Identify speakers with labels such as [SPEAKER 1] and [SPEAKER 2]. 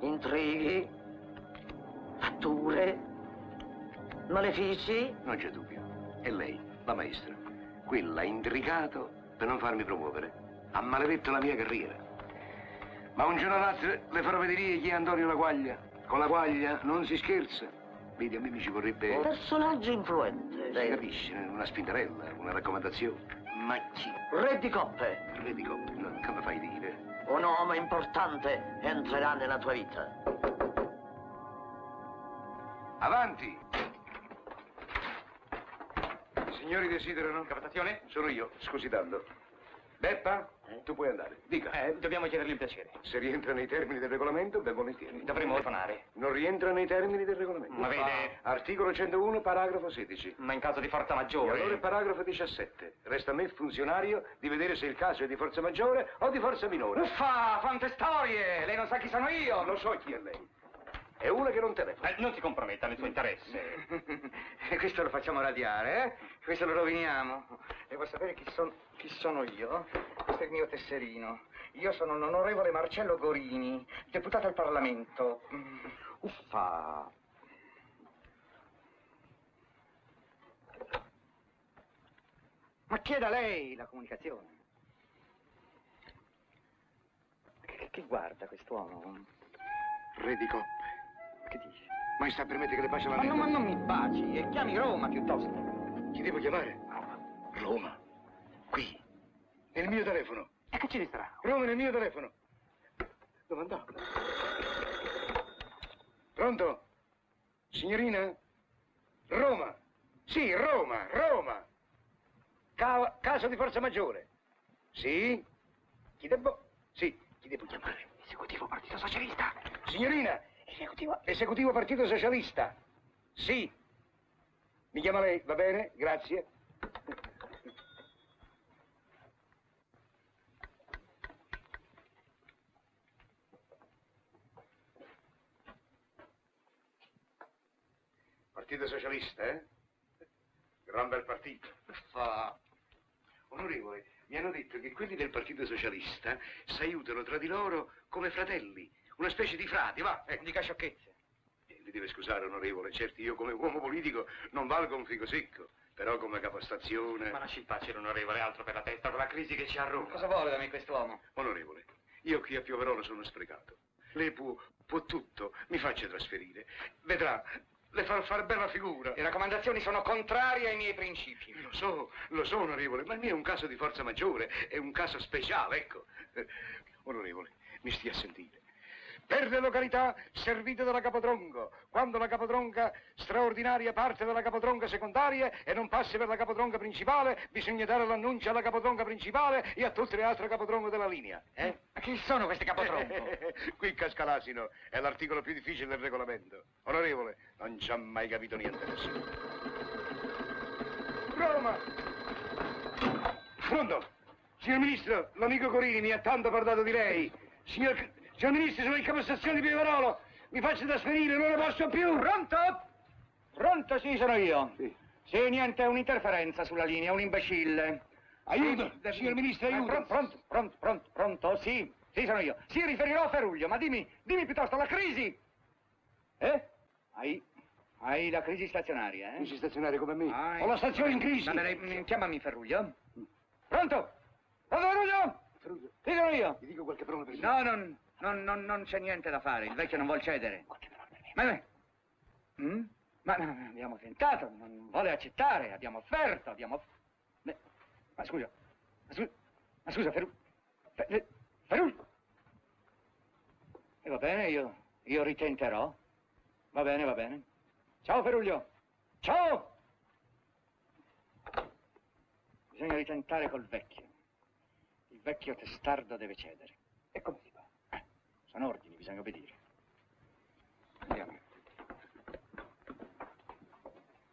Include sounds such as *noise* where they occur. [SPEAKER 1] intrighi, fatture, malefici.
[SPEAKER 2] Non c'è dubbio. E lei, la maestra, quella ha intrigato per non farmi promuovere. Ha maledetto la mia carriera. Ma un giorno o l'altro le farò vedere chi è Antonio La Guaglia. Con La Guaglia non si scherza. Vedi, a me mi ci vorrebbe...
[SPEAKER 1] Un personaggio influente.
[SPEAKER 2] Lei capisce, una spintarella, una raccomandazione. Ma chi?
[SPEAKER 1] Re di coppe.
[SPEAKER 2] Re di coppe, no, come fai dire?
[SPEAKER 1] Un uomo importante entrerà nella tua vita.
[SPEAKER 2] Avanti! Signori desiderano? Capitazione? Sono io, scusi tanto. Beppa, tu puoi andare. Dica.
[SPEAKER 3] Eh, dobbiamo chiedergli il piacere.
[SPEAKER 2] Se rientra nei termini del regolamento, ben volentieri.
[SPEAKER 3] Dovremmo orfanare.
[SPEAKER 2] Non rientra nei termini del regolamento.
[SPEAKER 3] Ma vede-
[SPEAKER 2] Ah, articolo 101, paragrafo 16.
[SPEAKER 3] Ma in caso di forza
[SPEAKER 2] E
[SPEAKER 3] maggiore.
[SPEAKER 2] allora il paragrafo 17. Resta a me, funzionario, di vedere se il caso è di forza maggiore o di forza minore.
[SPEAKER 3] Uffa, quante storie! Lei non sa chi sono io!
[SPEAKER 2] Lo so chi è lei. È una che non telefona.
[SPEAKER 3] Eh, non si comprometta nel suo interesse.
[SPEAKER 4] *laughs* Questo lo facciamo radiare, eh? Questo lo roviniamo. E vuoi sapere chi, son- chi sono io? Questo è il mio tesserino. Io sono l'onorevole Marcello Gorini, deputato al Parlamento. Mm.
[SPEAKER 3] Uffa.
[SPEAKER 4] Ma chieda lei la comunicazione. Che, che guarda quest'uomo?
[SPEAKER 2] Re di coppe.
[SPEAKER 4] Che dice?
[SPEAKER 2] Ma sta permette che le bacia la
[SPEAKER 4] Ma,
[SPEAKER 2] lingua?
[SPEAKER 4] non- ma non mi baci, e chiami Roma piuttosto.
[SPEAKER 2] Chi devo chiamare? Roma. Qui. Nel mio telefono.
[SPEAKER 4] E che ce ne sarà?
[SPEAKER 2] Roma nel mio telefono. Dove andavo? Pronto? Signorina? Roma. Sì, Roma, Roma. Ca- caso di forza maggiore. Sì? Chi devo... Sì, chi devo chiamare?
[SPEAKER 4] Esecutivo Partito Socialista.
[SPEAKER 2] Signorina! Esecutivo... Esecutivo Partito Socialista. Sì. Mi chiama lei, va bene? Grazie. Partito Socialista, eh? Gran bel partito. Onorevole, mi hanno detto che quelli del Partito Socialista si aiutano tra di loro come fratelli, una specie di frati, va.
[SPEAKER 4] Non
[SPEAKER 2] ecco.
[SPEAKER 4] dica sciocchezze.
[SPEAKER 2] Eh, Mi deve scusare, onorevole, certo io come uomo politico non valgo un fico secco, però come capostazione...
[SPEAKER 3] Ma lasci in pace l'onorevole altro per la testa con la crisi che ci arruga.
[SPEAKER 4] Cosa vuole da me quest'uomo?
[SPEAKER 2] Onorevole, io qui a Pioverola sono sprecato. Lei può, può tutto, mi faccia trasferire. Vedrà, le farò fare bella figura.
[SPEAKER 4] Le raccomandazioni sono contrarie ai miei principi.
[SPEAKER 2] Lo so, lo so, onorevole, ma il mio è un caso di forza maggiore, è un caso speciale, ecco. *laughs* Eh, Onorevole, mi stia a sentire. Per le località servite dalla capodrongo, quando la capodronga straordinaria parte dalla capodronga secondaria e non passi per la capodronga principale, bisogna dare l'annuncio alla capodronga principale e a tutte le altre capodrongo della linea. Eh?
[SPEAKER 4] Ma chi sono questi *laughs* capotronco?
[SPEAKER 2] *laughs* Qui casca l'asino, è l'articolo più difficile del regolamento. Onorevole, non ci ha mai capito niente nessuno. Roma! Pronto? Signor Ministro, l'amico Corini mi ha tanto parlato di lei. Signor, signor Ministro, sono in capostazione di Pievarolo. Mi faccio trasferire, non ne posso più.
[SPEAKER 4] Pronto? Pronto, sì, sono io.
[SPEAKER 2] Sì.
[SPEAKER 4] Sì, niente, è un'interferenza sulla linea, un imbecille.
[SPEAKER 2] Aiuto,
[SPEAKER 4] Sì, da-
[SPEAKER 2] signor ministro,
[SPEAKER 4] Eh,
[SPEAKER 2] aiuto.
[SPEAKER 4] pron- Pronto, pronto, pronto, pronto, sì, sì, sono io. Sì, riferirò a Ferruglio, ma dimmi, dimmi piuttosto la crisi. Eh? Hai, hai la crisi stazionaria, eh?
[SPEAKER 2] si stazionare come me.
[SPEAKER 4] Ah,
[SPEAKER 2] Ho la stazione in crisi.
[SPEAKER 4] Va bene, mm, chiamami Ferruglio. Pronto? Pronto, Ferruglio?
[SPEAKER 2] Ferruglio,
[SPEAKER 4] Sì, sono io.
[SPEAKER 2] Ti dico qualche parola per
[SPEAKER 4] No, non, non, non, non c'è niente da fare, il vecchio non vuol cedere. Ma, ma, Mm? ma, ma- ma abbiamo tentato, non vuole accettare, abbiamo offerto, abbiamo... off- Beh, ma scusa, ma scusa, ma scusa, Feru... Fe- Feru... E va bene, io, io ritenterò. Va bene, va bene. Ciao, Feruglio. Ciao! Bisogna ritentare col vecchio. Il vecchio testardo deve cedere. E come si fa? Eh, sono ordini, bisogna obbedire. Andiamo.